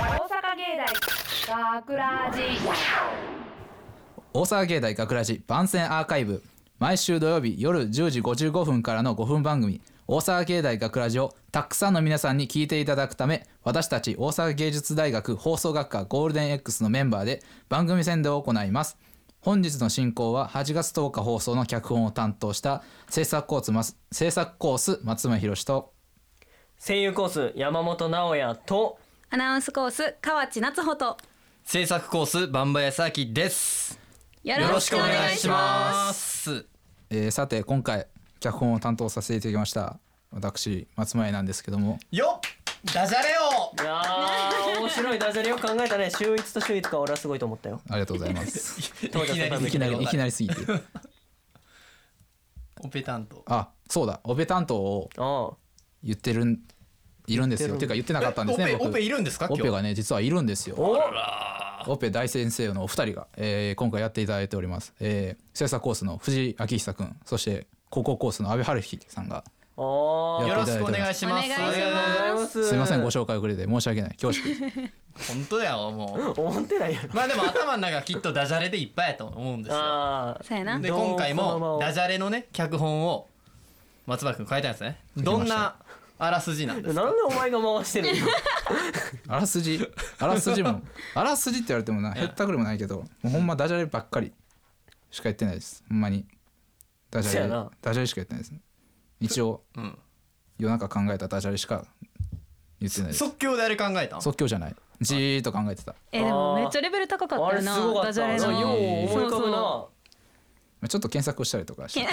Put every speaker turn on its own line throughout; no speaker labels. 芸大学ラジ
大阪芸大学ラジ番宣アーカイブ毎週土曜日夜10時55分からの5分番組「大阪芸大学ラジをたくさんの皆さんに聞いていただくため私たち大阪芸術大学放送学科ゴールデン X のメンバーで番組宣伝を行います本日の進行は8月10日放送の脚本を担当した制作コースます制作コース松村弘と
声優コース山本直也と
アナウンスコース河内夏穂と
制作コースバンバヤサキです
よ
よろしくお願いしますす
えーさて今回脚本を担当させていただきました私松前なんですけども
よっダジャレを
いやー面白いダジャレを考えたね週一と週一とか俺はすごいと思ったよ
ありがとうございます
いきなり
いきなりいきなりすぎて
オペ担当
あそうだオペ担当を
あ
言ってるんいるんですよ
言ってる
ていうか言ってなかったんですね
えオペ
僕
オペいるんですか
オ
今
ペ
日
がね実はいるんですよ
おお
オペ大先生のお二人が、えー今回やっていただいております、えー、制作コースの藤井明久くんそして高校コースの阿部春樹さんが
お
い
よ
や
ろしくお願いします
お願いし
ありがとうございますす
すいませんご
し
紹介遅れて申し訳ない恐縮
本当だよも
思ってないやろ
うまあでも頭の中きっとダジャレでいっぱいやと思うんですよ
あ
そうやな
で
どう
今回
そのま
も
ま
ダジャレのね脚本を松原くん書いたんですねどんなあらすじなんで
ー
す
なん
か
でお前が回してる の
あらすじあらすじもあらすじって言われてもなへったくれもないけどもうほんまダジャレばっかりしか言ってないですほんまにダジャ
そ
レ
うやな
ダジャレしか言ってないです一応
うん
夜中考えたダジャレしか言ってないです
即興であれ考えたん
即興じゃないじーっと考えてた
えでもめっちゃレベル高かった
あ
よ
れすご
な
か
ダ
っ
ジャ
たよ
レ
う
の
思い浮かぶな
そ
ちょっと検索したりとかして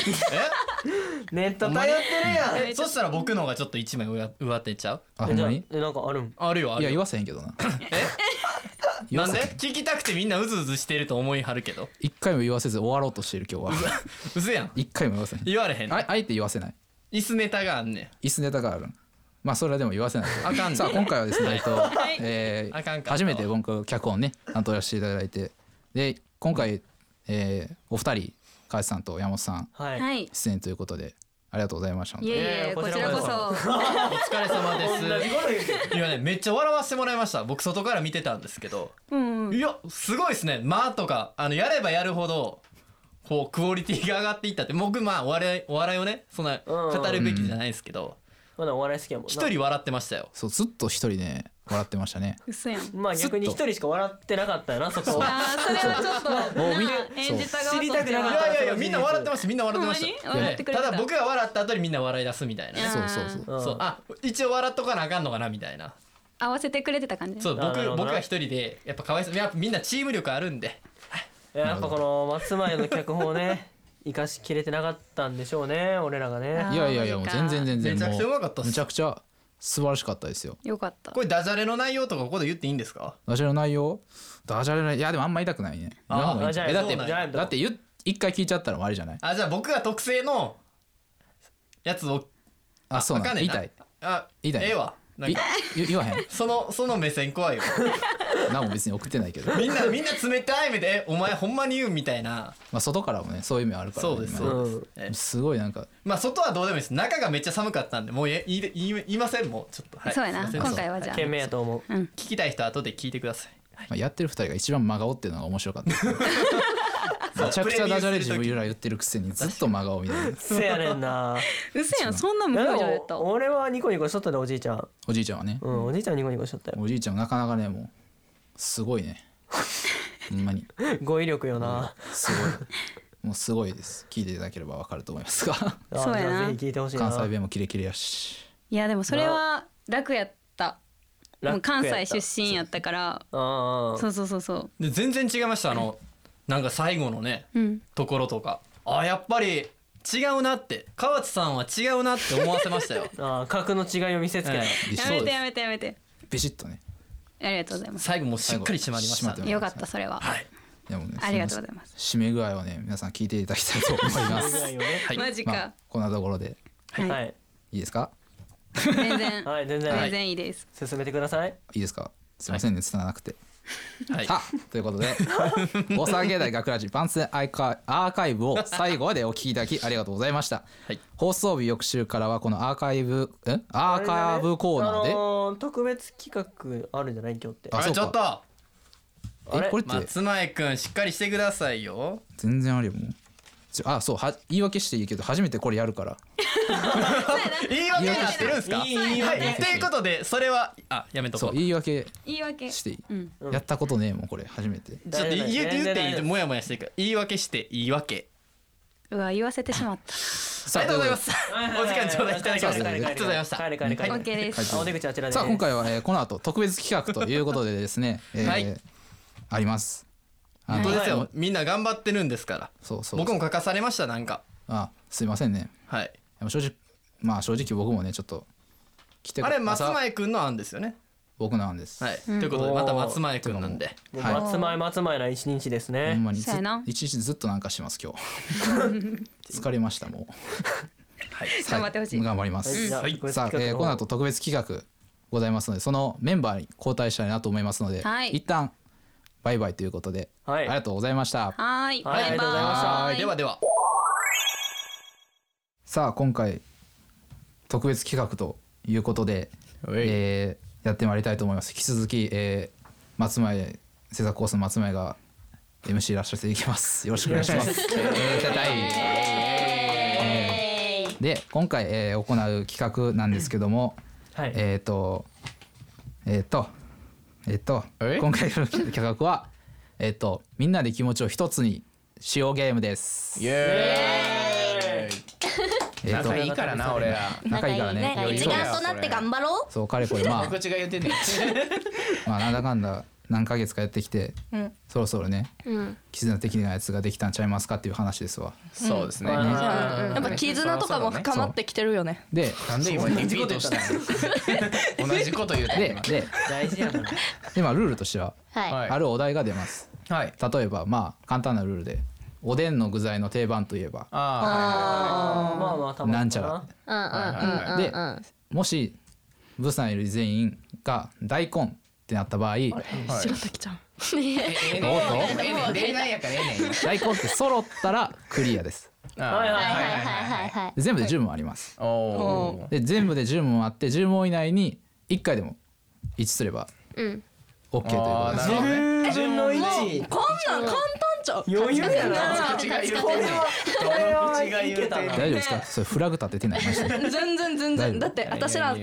ネット頼ってるやん
ええそしたら僕の方がちょっと一枚上上手ちゃう
あほ
え
ん
じゃ
ま
あ
に
えなんかあるん
あるよあ
いや
る
言
よ
わせへんけどな言わ
なん
せ
で
へん
聞きたくてみんなうずうずしてると思いはるけど
一回も言わせず終わろうとしてる今日は
うずやん
一回も言わせへん
言われへん
ああえて言わせない
椅子ネタがあんね
椅子ネタがあるまあそれはでも言わせないけど
あかんね
さあ今回はですね、えっと
い
え
あかん
ー、
か
初めて僕脚本ね担当させていただいてで今回、えーお二人川内さんと山本さん
は
う
い、
はいい
出演ということでありがとうございました
えい
いやい
え
や
こちらこ
こ
そ
お疲れ様で
こと言うてる
すいやねめっちゃ笑わせてもらいました僕外から見てたんですけど
うんうん
いやすごいですね「まあ」とかあのやればやるほどこうクオリティが上がっていったって僕まあお笑いお笑いをねそんな語るべきじゃないですけど
まだお笑い好きやもんな
一人笑ってましたよ
そうずっと一人ね笑ってましたね
嘘やん
まあ逆に一人しか笑ってなかったよなそこ は
あーそれはちょっと
もうみ
な演じた側としては
知りたくないか
や
っ
い
た
やいやみんな笑ってましたみんな笑ってました
ほんまに笑ってくれた
ただ僕が笑った後にみんな笑い出すみたいな
や
ね
そうそうそう
うん
そうあ一応笑っとかなあかんのかなみたいな
合わせてくれてた感じ
そう
あな
僕
るほどな
僕が一人でやっぱかわいそうやっぱみんなチーム力あるんで
いややっぱこの松前の脚本をね 生かしきれてなかったんでしょうね俺らがね
あー
いやいやいやもう
マジか
全然全然
めちゃくちゃう
も
まかったっ
め
す
ちゃくちゃ素晴らしかったですよ
よかった
これダジャレの内容とかここで言っていいんですか
ダジャレの内容ダジャレの内容いやでもあんま言いたくないね
あー
言わんほうがいい
あじゃあ
えだっ
そ
て
うなんや
だって言っ一回聞いちゃったらもうあれじゃない
あじゃあ僕が特製のやつを
あそうなんだ
あか
言
んね
い
んな
たい
あ
いいだよ
ええわなん
い
か
言言わへん
そのその目線怖いよ
何も別に送ってないけど
み んなみんな冷たい目でえお前ほんまに言うみたいな
まあ外からもねそういう意味あるからね
そうです
今
そうです、え
すごいなんか
まあ外はどうでもいいです中がめっちゃ寒かったんでもうえ言い言い言いませんもうちょっと、はい、
そうやな
すいませ
今
ん
回はじゃあ
懸命やと思う
うん
聞きたい人は後で聞いてください
まあやってる二人が一番真顔っていうのが面白か ったですねめちゃくちゃダジャレ自分ら言ってるくせにずっと真顔みたいな
せやねんな
嘘やんそんな 無表情やった
いやでも俺はニコニコしとったでおじいちゃん
おじいちゃんはね
うんおじいちゃんニコニコしとったよ
おじいちゃんもなかなかねもうすごいねほんまに
語彙力よな
すごいもうすごいです聞いていただければわかると思います が
あ
そうや
じゃ
な
あぜひ聞いてほしいな
関西弁もキレキレやし
いやでもそれは楽やったもう
楽や
関
った
西出身やったから
あ、
そうそうそうそう
で全然違いましたあのなんか最後のね
うん
ところとかあやっぱり違うなって河内さんは違うなって思わせましたよ
ああ格の違いを見せつけた、
え
ビシ
や
ッ
め
と
てやめてやめて
ビシッとね
ありがとうござい
え
ます
最後もうしっかり締まりまし
最
た
後
ね
締
よかったそれは、
はい
でもね
ありがとうございます
その締め具合はね皆さん聞いていただきたいと思います
違いをね
はい
マジ
ま
か
あ、こんなところで
はい、
はい
いいですか
全然、
はい全然、
全然いいです、
進めてください
いいですかすいませんねつながなくて
はい
さあという ことで大阪芸大学ラジ番宣アイカアーカイブを最後までお聞きいただきありがとうございました、
はい
放送日翌週からはこのアーカイブえアーカイブコーナーで
あのー特別企画あるんじゃない今日って
あ
あ
そ
れ
うか
ちょっと
あれ
えこれって
松前くんしっかりしてくださいよ
全然あるよもうちょあそうは言い訳していいけど初めてこれやるから
言い訳になってるんすか
いい言い
はい
訳
ということでそれはあやめと
そ
こ
う
うち
言い訳
言い訳
していい、
うん
やったことねえもんこれ初めて
ょっと言う言う言ってい
全
い
然
もやもやしてるから言い訳して言い訳
うわ言わせてしまった
あ
さ
りがとうございますお時間頂戴いただきまして
はいは
あ
いは
り
い
がとうございました
帰れ帰れ帰れ
は
OK
い
です
あお出口あちらで
さあ今回は、えーこの後特別企画ということでですね、えー
はい
ありますあ
本
の
当ですよみんな頑張ってるんですから
そうそう
僕も書かされましたなんか
あすいませんね
はい
でも正直まあ正直僕もねちょっと来て
あれ松
朝
前くんの案ですよね
僕なんです、
はいということでまた松前くんなんで
もう
はい
松前松前な一日です
ほん
ね
まにず
そうやな
一日ずっとなんかしてます今 日疲れましたもう
はい
頑張ってほしい
頑張ります、
はいじゃあ
はい
特別
さあ、
企
えー
画
この
方
後特別企画ございますのでそのメンバーに交代したいなと思いますので、
はい
一旦バイバイということで、
はい
ありがとうございました、
はーい
はいありがとうございました
バイバ
は
イ
いではでは
さあ今回特別企画ということで、
おい
えーやってまいりたいと思います引き続き、えー松前制作コースの松前が MC らっしゃっていきますよろしくお願いしますえーで今回、えー行う企画なんですけども、
はい
えっ、とえっ、とえっ、と
え
今回の企画はえっ、とみんなで気持ちを一つにしようゲームです。
イエ
えーと
仲いいからな俺ら
仲いいからね。
仲いい
そう
一丸となって頑張ろ
そうかれこれ まあ
口が言ってんね
まあなんだかんだ何ヶ月かやってきて、そろそろね
う。うん。
絆的なやつができたんちゃいますかっていう話ですわ
そうですね
や
やっぱ絆とかも深まってきてるよね。
で
なんで今リピートしたの同じこと言う
でで
大事やな
でまあルールとしては
はい。
あるお題が出ます、
はい。
例えばまあ簡単なルールでおでんの具材の定番といえば
あ
まあまあ多分
なんちゃら
うんうんうんうん。
でもしブサいる全員が大根ってなった場合
あ、白滝ちゃん。
おっと大根って揃ったらクリアです
はいはい
はい
はい
はいはいはい。
全部で10問あります、
お
で全部で10問あって10問以内に1回でも一致すれば
うん。
OK ということです
自分の位置
こんなん簡単じゃん。
余裕やな
口が言うて
これはこれはいけたな
大丈夫ですかそれフラグ立ててないマジで
全然全
大丈夫
然。だって私ら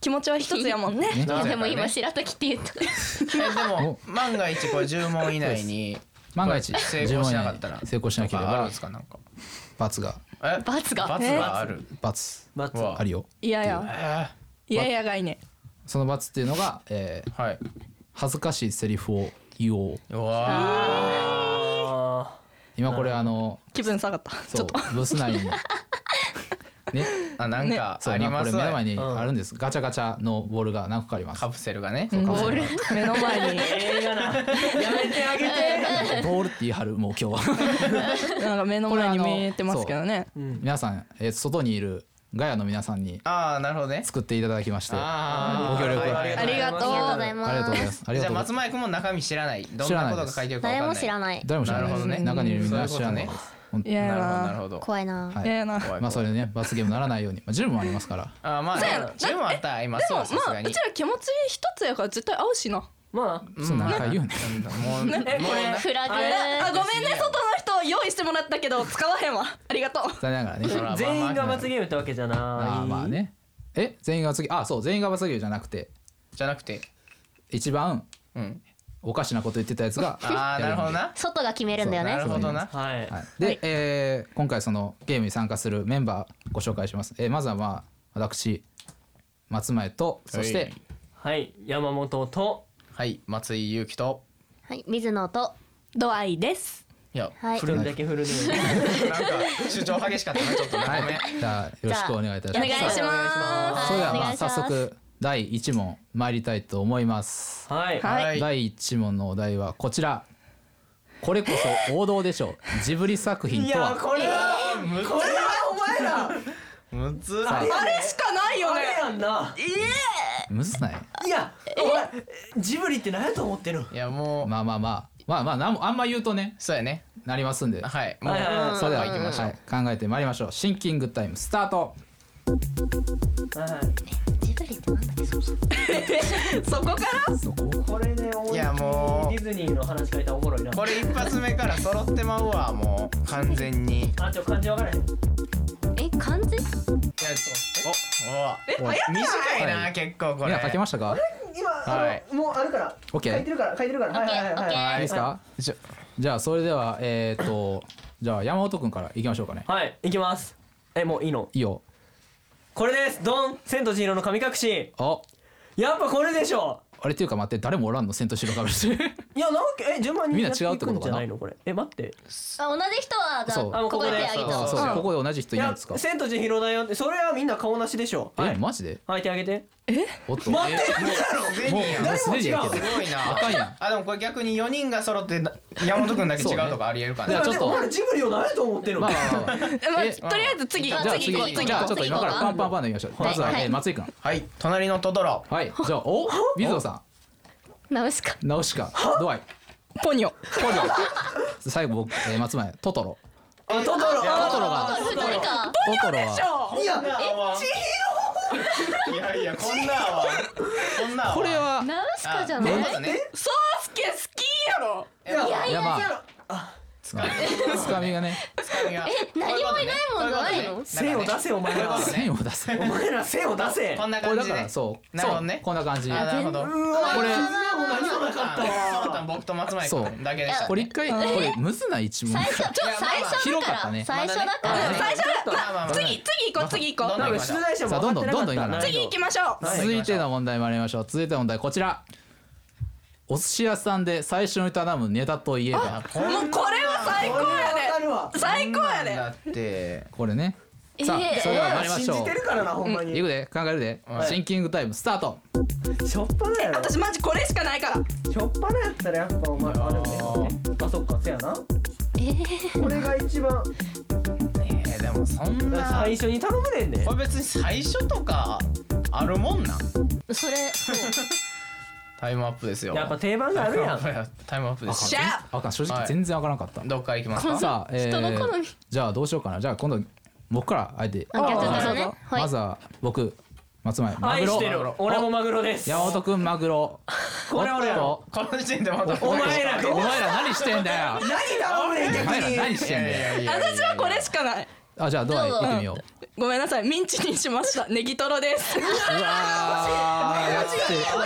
気持ちは一つやもんね。
いやでも今白滝って言った。
えでも万が一これ10問以内に
万が一
成功しなかっ
10問以
た
内
ら
に成功しなけれ
とかあるん
ば
ですかなんか
罰が
え
罰が。
罰がある
罰
罰
うわ
あるよ
いやいや。いやいやがいね。
その罰っていうのが、えー
はい
恥ずかしいセリフを言おう
うわ
あ
今これあの
気分下がった。ち
そ
ょ
う
っと。
ブス 内にね
ーあなんか
そう
あり
今こ
ま
れ
す
目の前
わ
にあるんですガチャガチャのボールが何個かあります
カプセルがね
目の前に
ー映画なやめてあげて
ボールって言い張るもう今日は
なんか目の前に見え てますけどね。
皆さん、えー外にいるガヤの皆さんに
ああなるほどね
作っていただきましてあ
ああ
ご協力
はい
ありが
ありがとうご
とう
ざ。い
り
ます。
がとうございますあり
じ
がとうござい
ゃあ松
ます
前君も中身知らないどんなことが書いてるかわ
誰
かんない
も知らない。
誰も知らない
なるほどね
中にいるみんな知らないです本当
いやいや
なる
な。
ほどなるほど
怖いな。
はい
やいやな。
怖い
まあそれでね罰ゲームならないように、まあ、10問ありますから
あーまあ
そうやろ
10問あったら今
で
そう
も
はさす
まあ
が
う
に
ちら気持ち一つやから絶対合うしな。
ま
そう何回言うね
もうもう
えこれ
フラグ。
あごめんね外の人用意してもらったけど使わへんわ。ありがとう。
残念ながらね
ほら
あ全員が罰ゲームってわけじゃない
あーまあねえ全員が罰ゲームあそう全員が罰ゲームじゃなくて
じゃなくて
一番
うん
おかしなこと言ってたやつが
ああなるほど な
外が決めるんだよ
な
ね
る。ほどな
はい
はい、で、えー今回そのゲームに参加するメンバーご紹介します、えーまずはまあ私松前とそし
は
て
い
はい山本と
はい松井裕樹と
はい。水野と。
ドアイです。
いや
はい。
振るだけ振るね
なんか主張激しかったなちょっとなごめん
じゃあよろしくお願いいたし
お
ま
願
す
いします。
す
それでは
お
ま
願
あ
いしま
早
す
速第1問参りたいと思います、
はい
はい
はい
第1問のお題はこちらこれこそ王道でしょうジブリ作品とは
これは
む
これはお前ら
むず
さあ
あれしかないよ
あ
ね
れ。やんな
むずない
いやお前ジブリって何やと思ってるの
いやもう、
まあまあまあまあまあなんもあんま言うとね
そうやね
なりますんで、
はいもう、
はいはいはい
それでは
行きましょう
はい考えてまいりましょうシンキングタイムスタート
ジブリってなんだっけそもそも
そこから
これね
いやも
ディズニーの話書いたらおもろいな
うこれ一発目から揃ってまうわもう完全にいや
あちょ漢字わからへん
え漢字
おお短いな、
はい
結構
み
こ
ん
れ
な書けましたか
今
はい
あのもうあるから
OK いい
るから書いてるからはいはいはいはい
はい
ですか
ちょ
じゃあそれではえーっとじゃあ山本君からいきましょうかね
はい行きますえもういいの
いいよ
これですドン千と千尋の神隠し
あ
やっぱこれでしょ
あれっていうか待って誰もおらんの千と千尋かぶして
いやなんかえ順番に
みん
や
な
って
違うっ
い
て
く
ことかなん
じゃないのこれえ待って
あ同じ人はじゃあ
そうあも
うこ
こ
こ
こ
で
で手あげ
そ
た
あそう
うん
ここで同じ人
い
いないん
や
ですか
千と千尋だよってそれはみんな顔なしでしょは
え
い
マジで
はい手あげて
おっと
待って
す で
もう
にやん
もう
す
すでにやけど
ごいな
赤いやん
あでもこれ逆に四人が揃ってな山本君だけ違うとかありえるか
い
な、
やちょっと
でもお前らジブリを何やと思ってる
ま
の
あまあまあまあ
まあ
え
とりあえず次
じゃ
次
あ
行こう
次
次行こう次
じゃあ
行
ちょ
こ
っと今からパンパンパンでいきましょうまずはえー松井君
はい隣のトトロ
はいじゃあお水野さ
ナウシカ
んナウシカドアイ
うポニョ
ポニョ最後僕えー松前トトロ
あトト
トト
ロ
ロが
二人か
トトロは
ロいや
いやいやこんなはこんなは
これは
ナウシカじゃ
あ
ない
な
え
るほどね
ソウスケ好きやろ
いやま
いやい
あつかみつかみがね
何もいないもんじゃないの
線を出せお前ら
そう
線を出せ
お前ら線を出せ
こんな
これ
感
だ
じ
から
で
そう
なるほどね
そうこんな感じ
あなるほど
うわ
これ
何もなかったわ
そうだ僕と松前君だけでした
これ一回これむずない一問
最初ちょ
いやまあ
最
まあ
初だ
広か
か
ったね
ら最初だか
まあ
ら
ね
最初だ
まあまあまあ
次次行こう次行こ
ど
なん
ん
か
ど
出題者も分かってなかったな
う次行きましょう
はい
続いての問題参りましょう続いての問題こちらお寿司屋さんで最初に頼むネタといえば
もうこれは最高や
るわ
で最高やで
だって
これねさあ
えー
それでは参りま
信
しょ
じてるからなほんま
うい
に
くで考えるで
はい
シンキングタイムスタート
しょっぱなやろ
私マジこれしかないから
しょっぱなやったらやっぱお前あれあそっかせやなこれが一番
えーでもそんな
最初に頼むねんね
これ別に最初とかあるもんなん
それそう
タイムアップですよ
やっぱ定番があるやん
んタイムアップです
しゃあ
あかん正
は
直
い
全然わからんかった
どっから行きますか
さあえ
人の好
ー
み
じゃあどうしようかなじゃあ今度僕からあえて
あ逆からねはい
まずは僕松前マグ
愛
ロ
してる俺もマグロです
山本くんマグロ
これ俺やろ
おっ
この時点でまだ
と
お前ら
お前ら何してんだよ
何頼むねん
お
逆
前ら
に
何してんだよ
私はこれしかない
あじゃあドア行ってみよう
ごめんなさいミンチにしましたネギトロですで
うわーやって
も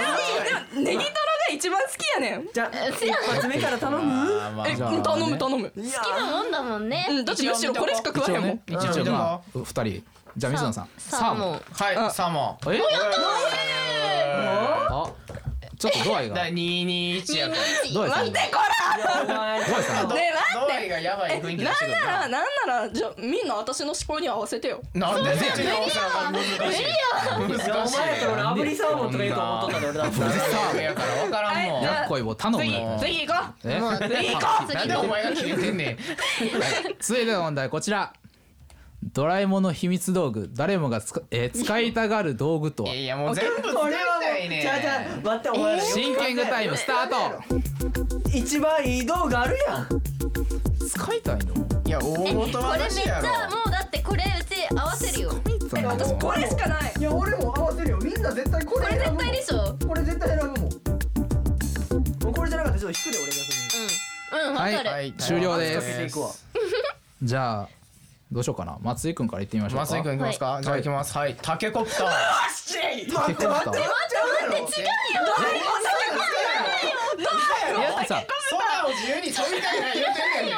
ネギトロが一番好きやねん
じゃあ一発目から頼む
あーまあ
え
じゃあ
頼む頼む
いや
好きなもんだもんね
うんだってむしろこれしか食
一
わへ
応
んもん
ね一応まあ二人じゃあ水野さん
サーモン
はいサーモ
えあちょっとドアイ
ン
が
だ二二 一やから
ドアイさん
待っ
が
てこら
お前
ドアイさんが
ねえ
ドアイがやばい雰囲気出してくる
なんならなんならじゃあみんな私の思考に合わせてよ
なんで全然無理
い
や
や
難
お
しい
前やったら俺炙りサーモンとか言うと思っとったで俺だっ
無
た
理
ら
サーモンやから分からんもん
はい
やっこいを頼む
次
よ
次行こう
え
次行こう
なんでお前が切れてん ねん
続いての問題こちらドラえもんの秘密道具誰もがつか、えー使いたがる道具とはい
やいやもう全部使い
これは
たい
もう
ね
じゃあじゃあ待ってお前らよく考え
シンキングタイムスタート
一番いい道具あるやん
使いたいの
いや大
これめっ
元
ち
話や
ゃ
ろ
もうだってこれうち合わせるよ
使いたい
私これしかない
いや俺も合わせるよみんな絶対こ
こ
れ
れ
選ぶも
絶
ん
対でしょ
これ絶対選ぶもんもうこれじゃなかったらちょっと引くで俺がそ
うんうんわかる
はい
終了です
れに引いていくわ
じゃあどうしようかな松井くんから言ってみましょうか
松井くんいきますか、じゃあいきますはいタケコプター
待って待って待って待って
いやさ
空を自由に飛びたいな言うてんねんね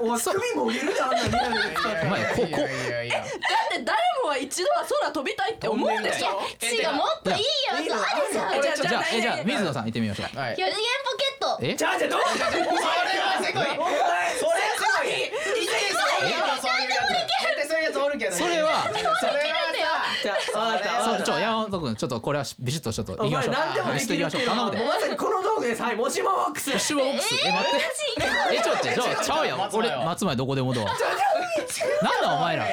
お前首もぎるであんなにリアルで
お前こ
いやいやいや
だって誰もは一度は空飛びたいって思うでしょ
え
違うもっといいやつある
い
じゃん
いの
じゃあ
ちょ
じゃあえじゃあ水野さん行ってみましょう
はい
四次元ポケット
え
じゃあじゃあどうし
それはすごいそれはすごいいてそういうやつそういうやつ絶対そういうやつおるけど
それは
それは
じゃあわかった
そ
わか
う
っ
ち
た
ょ山本君ちょっとこれはビシッとちょっと行
お
きま
前
しょう
何でもで
ビシッと
き
行き
る
ま
っ
してょう頼むで
いうのはもうまさにこの道具ですはいもしもボックス
シュワボックスえ待ってえちょっとちょっとちゃうやん
松前
俺
は
松前どこでもドアなんだお前ら
さ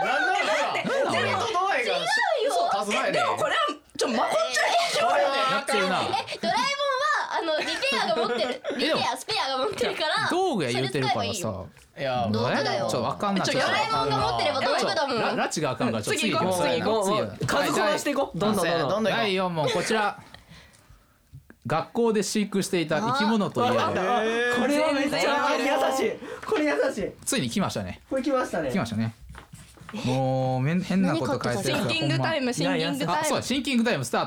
なんだろうな俺とドアイが嘘足す前
え
で
でもこれはちょ
人まこっちゃんにしようよ
やってるな
えドラえもんはあのリペアが持ってるリペアスペアが持ってるから
道具や言うてるか
それ
ら
使えばいいよ
さ
いや
道具
え
だよ
ちょっとわかんない
ドラえもんが持ってれば道具だもん
ララチがあかんからちょっと次行きま
も
す
う
次
もうもう数こなしていこうどんどんどんどん
どんどん行こう
第4問こちら学校で飼育していた生き物といえば
これはめっちゃ優しいこれ優しい
ついに来ましたね
これきましたね
来ましたねもうめん変なこと書いてるか
シン
ら
キングタイムシンキング
ほんまあ
タイ
そう
ム
だシンキングタイムスター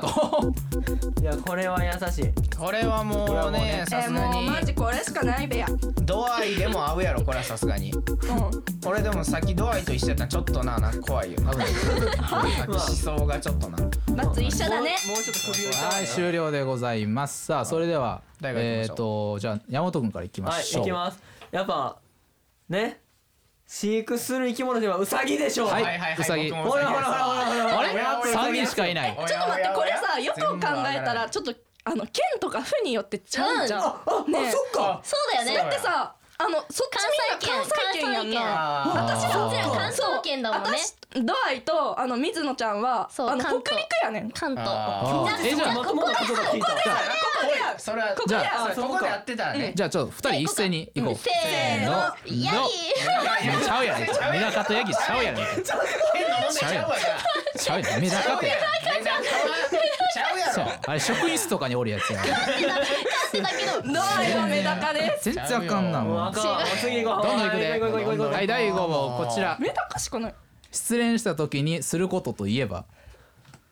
ト
いやこれは優しい
これはもうねさ
えー
すが
もう
に
マジこれしかないべや
度合いでも合うやろこれはさすがに俺でもさっき度合いと一緒やったらちょっとななんか怖いよ危ないさっき思想がちょっとな
バツ一緒だね
もうもうちょっと首を
はい終了でございますさあそれでは
誰が行
え
きましょう
っとじゃあ山本君からいきま
はい
しょ
行
う
きますやっぱね飼育する生き物ではウサギでしょう
はい
はい
ウサギ
僕も
ほ
ウサ
ら
ギ
ほらほらほらほら
あ
おやお
れ
や
三人しかいない
おや
ちょっと待って
おや
こ
お
れ
や
さよく考えたらちょっとあの県とか府によってちゃうじゃんねえ
か
そうだよね
だってさあのそっちみんな
関
関
西
西
圏
圏やんな
あー
私ら
うちら関東圏だもんね
私ドアイとあの水野ちゃんは
そう
あの北
関
陸
東
やねんこ
関東
あーえじゃあ
まともなことが聞いた
こや
それは
ここ
じゃあ
や
そこでやってたらね
じゃあちょっと二人一斉に行こう
せーのヤギ
いやちゃうやねメダカとヤギちゃうやね
変な問題ちゃうわな
ちゃうやねメダカって
全然ちゃうや
そう
ろ
あれ職員室とかにおるやつやね
だけど
ドアイはメダカです
全然あかんな
もう
も
あ
う
かんもう次行こう
どんどん行く
はい
で
行こう行こう行こう行こう
はい第5問こちら
メダカしかない
失恋した時にすることといえば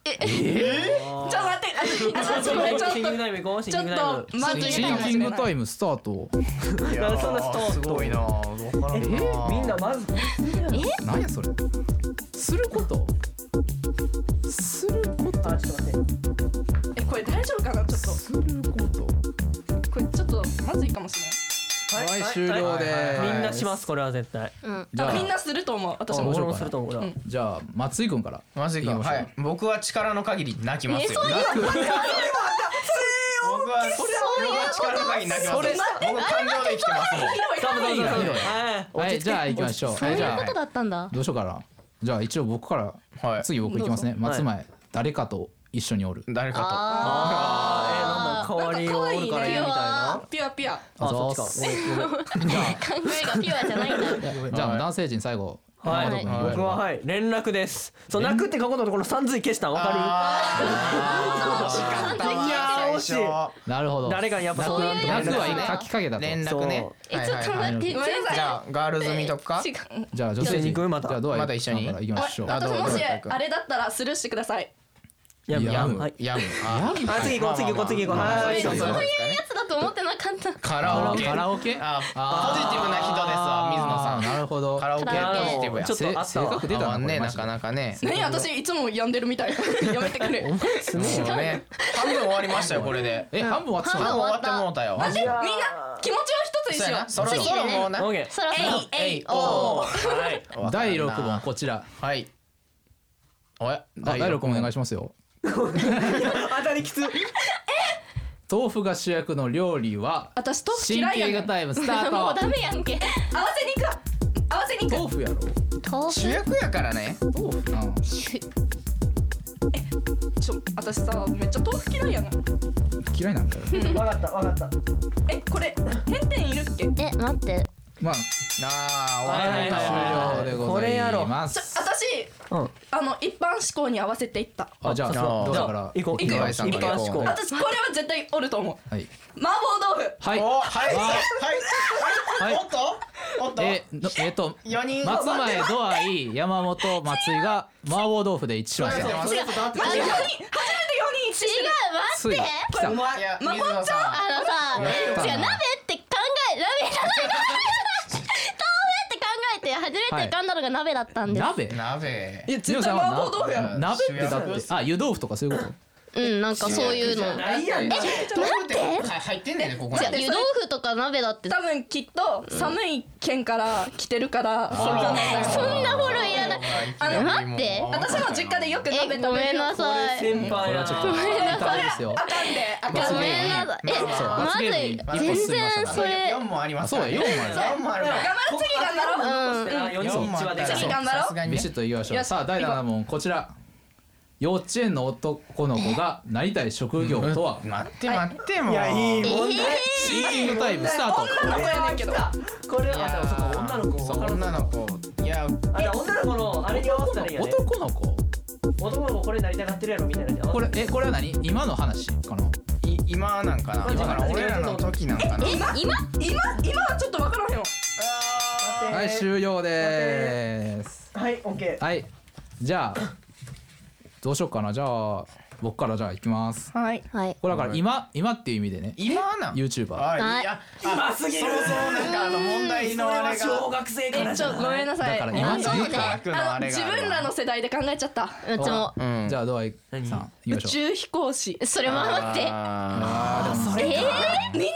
ちょっと待ってあ私これちょっ
シンキングタイム行こうシン
とち
キング
ょ
タイム
っとマジ
シンキングタイムスタート
いや
そんな人
ーすごいな分からんな
みんなまず
なんやそれすることすること
あちょっと待って
えこれ大丈夫かなちょっと
すること
これちょっとまずいかもしれない
はい終了で
みんなしますこれは絶対
じゃ
あみん
あ
なすると思う私
あ
も
俺もすると思うこれは
じゃあ松井君から
マジ
行
か
きましょう
はい僕は力の限り泣きますよ泣く僕は僕は力の限り泣きますよ僕感情で生きてますもん
サブサブサブはい
はいじゃあ行きましょう
そう
はい
い
じゃあ
うことだったんだ
どうしようかなじゃあ一応僕から、
はい
次僕いきますね松前、誰かと一緒におる
誰か
あーえーなんだ代わりをおるからいいみたいな
ピュアピュア
あそっち
あそ
か
考えがピュアじゃないん だ
じゃあ男性陣最後
はい
山本君
僕ははい連絡ですそう泣くって書くのところ三髄消したんわか
といや惜しい
なるほど
誰かにやっぱ
泣く
そういう
泣くは
連絡
書きかけだと
連絡ね
えちょっと待って
は
全然
じゃあガールズミとか
違う
じゃあ女性
一緒に
陣
行くまた
じゃあドア
また一緒に
から行きましょう
あどう
私も
どう
し
やった
あれだったらスルーしてください
るやむやむはい
やむあ
あ次行こう次行こう次行こう
まあまあ
はい
そうそうですかね
やつだと思ってなかった
カラオケ
カラオケ
あポジティブな人ですわ水野さ
あー
ん
なるほど
カラオケポ
カラオケ
ジティブや
ちょっとあった
せ性
わ
格出た
合わ
なんこれ
ね
マ
な
ジで
かなかね
何私いつも病んでるみたいやめてくれみんな
もうね半分終わりましたよこれで
え半分終わってし
半
ま
分
っ
終わってもうたよ
気持ちを一つに
そう
しよ
や
う
なそろそろもうな
オッケー
そろそろ
えいおー
はい
た第六問こちら
はいお
あ
や
第六問お願いしますよ
当たりきつ
豆腐が主役の料理は
私豆腐
神
嫌い
経が
やねん合わ
タイムスター
もう
ト
ダメやんけ
せに行く合わせに行
豆
く
腐やろ
豆腐
主役やからね
豆腐うん
ちょ私さめっちゃ豆腐嫌いやな
嫌いなんだよ
わかったわかった
えこれ変点いるっけ
え待って
まあ
あー終わりました
はいはい
わ
終了でございま
ちょ
す
私
うん
あの一般思考に合わせていった
あじゃあ
そうそう
どう
じゃ
だ
あ
から
行こう
行こう
一般思考
私これは絶対おると思う
はい
麻婆豆腐
はい
おはい
わ
はいはいおっとおっと
えのえっと
四人
松前ドアイ山本松井が麻婆豆腐で一致しまし
違う
た
違う
マジ4人初めて4人
違う待
ついに来た
いや水野さん
あのさ違う
やったな
鍋って考え鍋じゃない豆腐って考えて初めて浮かんだのが鍋だったんです、
鍋
鍋
え
絶対麻婆豆腐や
ん鍋ってだって
主
あ湯豆腐とかそういうこと
うんなんかそういうのじゃ
いやん待って入ってんねんねここに
あ湯豆腐とか鍋だって
多分きっと寒い県から来てるからそう考えた
そ
よ
んなフォローいらない
あ
待って
私の実家でよく食べ
え
て
ごめんなさい
先輩や
これはダメですよ
あかんであかん
罰ゲ
ごめ
ー
んな
ム
さいえ
そう
ま
罰ゲームに
ずい全然それ
四もあります
そうよ4枚
四もある
頑張ろう次頑張ろ
四
う
人一致はできた
次頑張ろう
さすがに
ビ
ね
シッといきましょ
よ
う
し
さあ第7問こちら幼稚園の男の子がなりたい職業とは、
待って待ってもう
いやいい問題
シンキングタイムスタート
これはあ
や
でもそっか女の子
そ
わ
う
からん
女の子いや
あじゃあ女の子のあれに合わせたらいいよね
男の子
男の子これなりたがってるやろみたいなのに合わせ
これえこれは何今の話かない
今なんかな
今
だから俺らの時なんかな
今今はちょっとわからへんわ
て
はい終了です
はいオッケー
はいじゃあどうしようかなじゃあ僕からじゃあいきます
はい
はい
これだから今今っていう意味でね
今なん
YouTuber
あい
はい
や
今すぎ
そ
る
もそもなんかあの問題のあれが
小学生から
えち
じ
ょ
ゃ
ごめんなさ
だ
い
から
あ
今
あそうね
学のあれが
自分らの世代で考えちゃった
うちも
うん
じゃあドアイさん
何
行き
宇
ましょう
宙飛行士
それもあって
あー
ええ
みんな書いて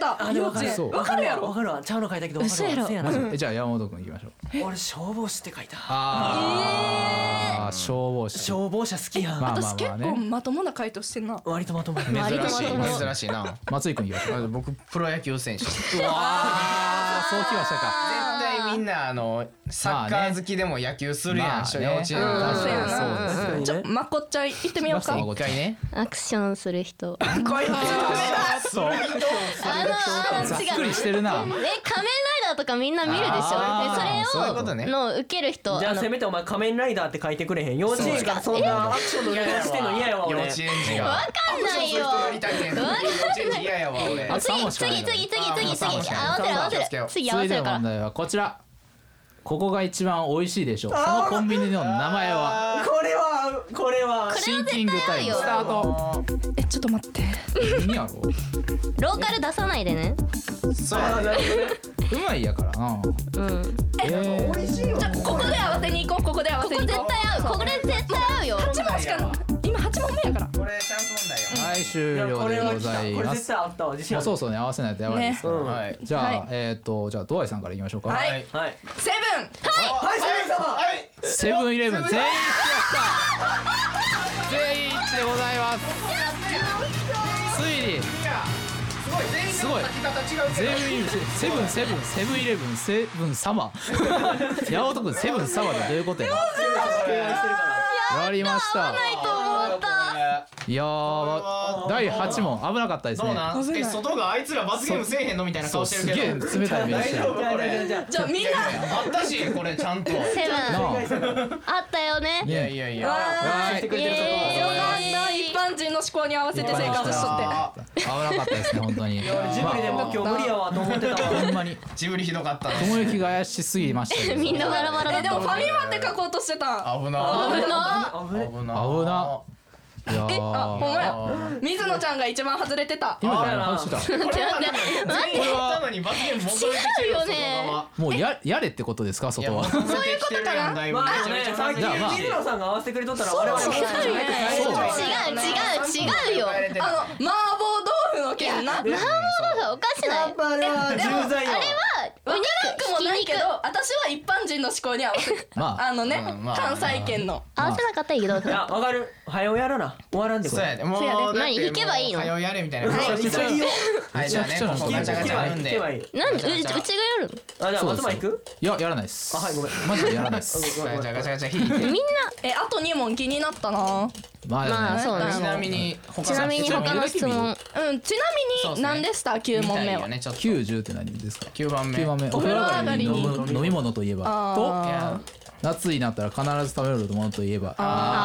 た
あでもわかる
そう
わかるやろわかるわちゃうの書いたけどわかるわ
嘘
せ
や
や
ろ
な
えじゃあ山本君行きましょう
俺消防士って書いた
ああ消防士
消防車好きやん
まあ
私結構まともな回答してんな
割とまともやね
割とまとも
珍しい珍しいな
松井君行きましょう
まず僕プロ野球選手絶
ああそうきましたか
対みんなあのサッカー好きでも野球するやん一緒に落ちる
まあ
そうや
ね
な
そうです
そう
ちょ
ね
まこっちゃん行ってみようか
まこ
一回ね
アクションする人あの
そうざ
あの
っ
違
く
う
りしてるな
え仮面ライダーとかみんな見るでし
あー
ょえそ
そう
れ
いう
を
ことね
の受ける人
じゃ
あ
あ
の
せめてお前仮面ライダーって書いてくれへん幼稚園からそんなアクションのやり方してんの嫌やわ
幼
俺
稚園児がわ
かんないよ
やりたいねん幼
わかんない
稚園児嫌やわ俺
あ三
次
本しかない
次次次
あ
次
も
次
う三本しかない
合わせる合わ
気を
せ
つけよ
る
う
次合
続
わ
い
せ
て
る
の
から
問
こ
題はこちらここが一番美味しいでしょうそのコンビニの名前は
これはこれは
れ
シ
は
ンキング
絶
タ
対
イム
合うよ
スタート
えちょっと待って
何やろ
ローカル出さないでね
そう
あ
や
ー
ね
なるほどね
うまいやからな
うん
えー
じゃあここで合わせに行こうここで合わせ
こ
に
れ絶
行
対
こう
合うこれ絶対合うよ
8問しか今8問目やから
これチャンス問題よ
はい終
いや
了
こ
で
れは
ご
来た
ざい
これ
ま
絶
す
対あったわ自信
も
あ
う
る
そうそうね合わせないとやばいですか
うん
ら
はい
はい
じゃ
は
あえっとじゃあドアイさんからいきましょうか
はい
はい
セブン
はいセブン様
セブンイレブン全員一致やった全員一致でございますついにすごい全員セブンセブンセブンイレブンセブン様山本君セブン様でどういうことややりました
ないと思った
いやー第8問危なかったです
どう
ね
なんえ外があいつら罰ゲームせえへんのみたいな
そ
顔
う
し
す
てる
げえ
けど
冷たい目してる
じゃあじゃあじゃあじゃあ
じゃあみんな
あったしこれちゃんとい
セブ
な
ン
あ
あったよね
ね
やいやいや
わ
はい
ー
イエーイ
よかった一般人の思考に合わせて生活しとって
あ
危なかったですね本当に
俺ジブリでも今日無理やわと思ってたわ
ほんまに
ジブリひどかったね
雲行きが怪しすぎましたけど
みんなバラバラだ
え
っ
で
た
もファミマって書こうとしてた
危な
危な
危ね
危な
危ないやー
えあほんまや水野ちゃんが一番外れてた
今じゃない外してた
これは全員やったのに罰ゲーム戻れてきてる
違うよね
外側
もうややれってことですか
い
外
や
は
戻れてきてるやんだいぶ
ま
め
あ
ちゃめ
ね
ちゃ
さっ
罰
き
ゲーム
まあ
水野さんが合わせてくれとったら我々も
違うよ
そう
違う違う違うよ
あの麻婆豆腐の件な
麻婆豆腐おかしない
あれは重罪よ
お肉
くもない
ひき
け
肉
ど私は一般人の思考に合わせて
まあ
あのね
うんまあ
関西圏の
合わせなかったらいいけど
いやわかる早うやらな終わらんでこ
そうや
れ
でもう
そうやで
だって
何
もう
引けばいいの
早うやれみたいな
そう急ぎよ
はいじゃあね
めちゃくちゃ
ここガチャガチャあるん
聞けばい
で
い
なんでううちがやる
あじゃあ
そう
ま
です
とま行く
いややらないです
あはいごめん
マジでやらない です
ガチャガチャガチャ引いて
のみんな
えあと2問気になったな
まあでもね、
まあそう
ち
ね
なみに他の
ちなみに他の質問
うんちなみ
そうっ
に
すね
何でした9問目
見たいよ
は
ねちょっと
九十って何ですか？
9番目
九番目。
お風呂上がりに
お風呂上がりに飲む飲み物といえば
あ
と夏になったら必ず食べるものといえば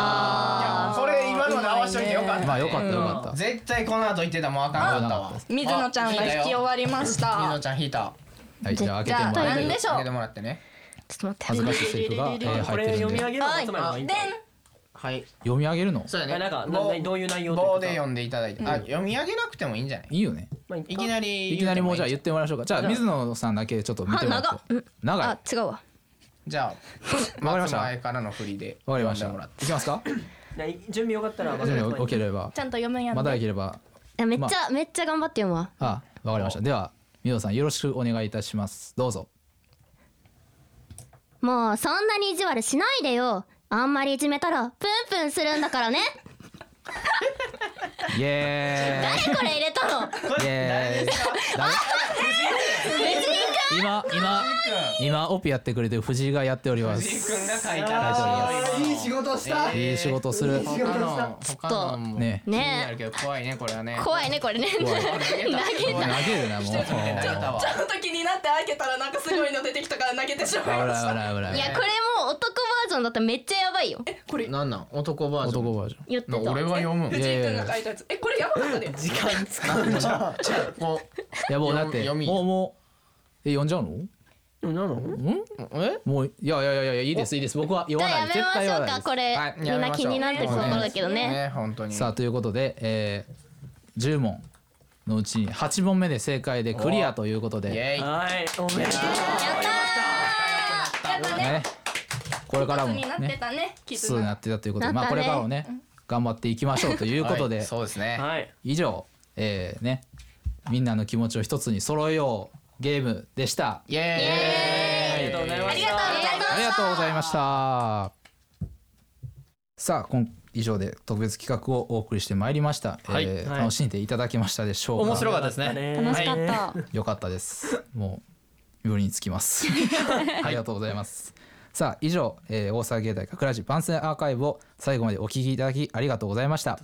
あ
これ今ので合わしといてよかった
まあよかったよかった。
絶対この後言ってたらもうあかんかったわ
ー水野ちゃんが引き終わりまし
水野
た
ちゃん引いた
はいじゃあ
じ
開け
ゃ
ても
あ
らっ
何
て
でしょ
あげて
う
もらってね
ちょっと
恥
待
ず
っ
かし
て
いセリフがえー
こ
入っ
れ
てる
読
ん
み上
で
げるのまとまがいいんだ
はい
読み上げるの？
そうやね
えなんかな
棒
などういう内容というか
棒で読んでいただいてあ読み上げなくてもいいんじゃない
いいよね。
まあ
いきなり
いきなりもうじゃあ
言
言ってもらいましょうか。じゃあ水野さんだけちょっと見てもらって
あ。
長い。
あ
わ
違うわ
じゃあ
わかりました
松前からの振りで
かりました。
読 んでもら
い
って
きますか？
な準備よかったらまと
準
ま
備
行
お
こう
おければ
ち。ゃんと読むんや
ま
ん
た
ね
できれば。
いやめっちゃめっちゃ頑張って読むわ
あ、わかりました。では水野さんよろしくお願いいたします。どうぞ。
もうそんなに意地悪しないでよあんまりいじめたらプンプンするんだ からね
イエーイ。
誰これ入れたの
イエーイ。
藤井
今今今オピやってくれてる藤井がやっておりま
藤井
す
君が書いた
あ
いい仕事した
えー
いい仕事する
他の他のも
ね
気になるけど怖いねこれはね
怖いねこれね
怖い
投げた
投げるなもう
投げたわ
ちゃんと気になって開けたらなんかすごいの出てきたから投げてしまい
危
ま
ない
し
危ない危ない
いやこれも男バージョンだったらめっちゃやばいよ
た。これ
なんなん男バージョン
男バージ
言って
な
た
俺が読む
い
藤
やい
井
や
く
い
ん
や
が書いたやつ。えこれやばかったで。
時間使う
ョン
こ
いやもうだって
読み
もうもうえ読んじゃうの
なの
うえ
もういやいやいやいやいいですいいです僕は言
じ
わ
ゃあや
ない
め
絶
ま
対
し
言わ
ょう
ない
か
です
これ
はい
みんな気になってきそうなのだけどね
ね本当に
さあということで、えー、10問のうちに8問目で正解でクリアということで、
イ
ね、
エーイ
はいおめでと
やったね。
これからも
になって
ね
たね。
奇数になってたということで、まあ
なっ
こ
たね
れからもね頑張っていきましょうということで、
はいそうです
う
ね
はい
以上、えー、ねみんなの気持ちを一つに揃えようゲームでした
イ
あ
エ
りがとうございました
ありがとうございましたさあ今以上で特別企画をお送りしてまいりました、
はい
えー
はい
楽しんでいただけましたでしょうか
面白かったですね
ね
楽しかっ
はい
た。
よかったです。もうよりにつき ます。ありがとうございます。さあ以上、えー、大阪芸大かくらじ番宣アーカイブを最後までお聞きいただきありがとうございました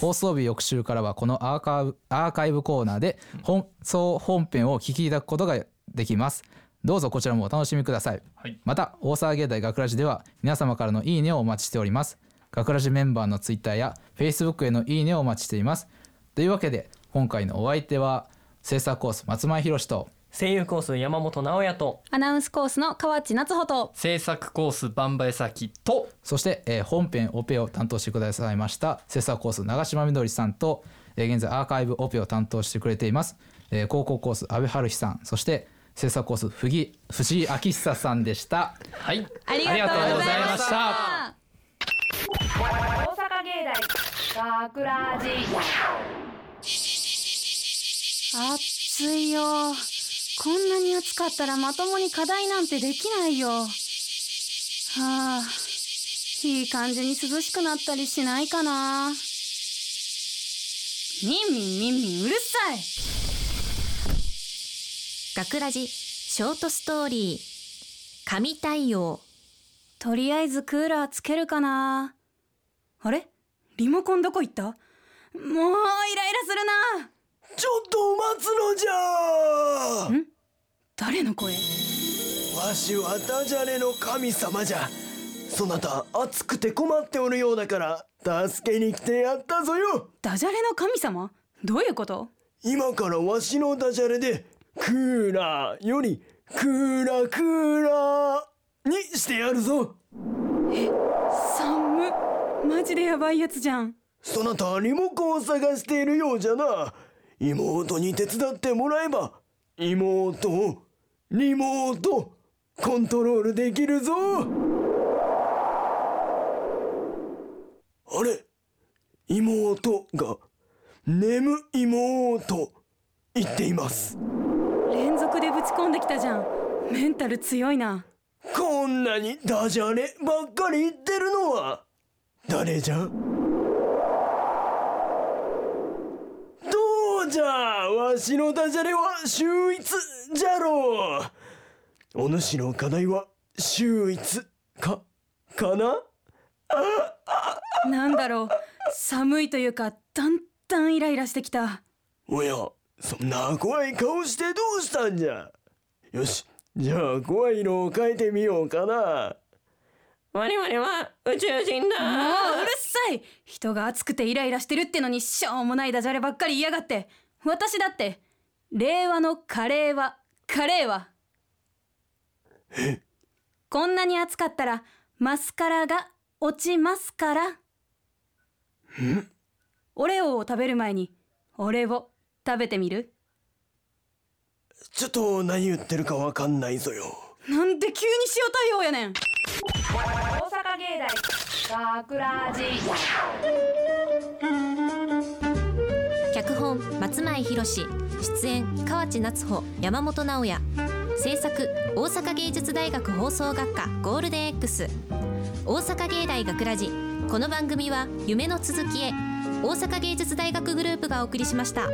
放送日翌週からはこのアーカイブアーカイブコーナーで本総本編をお聞きいただくことができますどうぞこちらもお楽しみください、
はい
また大沢芸大学ラジでは皆様からのいいねをお待ちしております学ラジメンバーのツイッターやフェイスブックへのいいねをお待ちしていますというわけで今回のお相手は制作コース松前宏と
声優コース山本直哉と
アナウンスコースの河内夏穂と。
制作コースバンバエ先と
そして、えー本編オペを担当してくださいました制作コース長島みどりさんと、えー現在アーカイブオペを担当してくれています、えー高校コース阿部春日さんそして制作コース藤井藤井明久さんでした
はい
ありがとうございまし
ありがとうございま
大阪
た。
芸大学ラジ
暑いよこんなに暑かったらまともに課題なんてできないよはあいい感じに涼しくなったりしないかなみんみんみんみんうるさい学ラジショートストーリー神対応とりあえずクーラーつけるかなあれリモコンどこ行ったもうイライラするな
ちょっと待つのじゃ
誰の声？
わしはダジャレの神様じゃそなた暑くて困っておるようだから助けに来てやったぞよ
ダジャレの神様？どういうこと？
今からわしのダジャレでクーラーよりクーラークーラーにしてやるぞ
寒っ。マジでやばいやつじゃん。
そなたはリモコンを探しているようじゃな妹に手伝ってもらえば妹をリモートコントロールできるぞあれ妹が眠妹言っています
連続でぶち込んできたじゃん。メンタル強いな。
こんなにダジャレばっかり言ってるのは誰じゃどうじゃわしのダジャレは秀逸じゃろうお主の課題は秀逸かかな
なんだろう。寒いというかだんだんイライラしてきた。
おやそんな怖い顔してどうしたんじゃよしじゃあ怖いのを変えてみようかな
我々は宇宙人
あ
だ
あうるさい人が熱くてイライラしてるってのにしょうもないダジャレばっかり言いやがって私だって令和のカレーはカレーはこんなに暑かったらマスカラが落ちますからオレオを食べる前にオレを食べてみる
ちょっと何言ってるかわかんないぞよ
なんで急に塩対応やねん
大阪芸大学ラジ
脚本松前宏出演河内夏穂山本直也制作大阪芸術大学放送学科ゴールデン X 大阪芸大学ラジこの番組は夢の続きへ大阪芸術大学グループがお送りしました。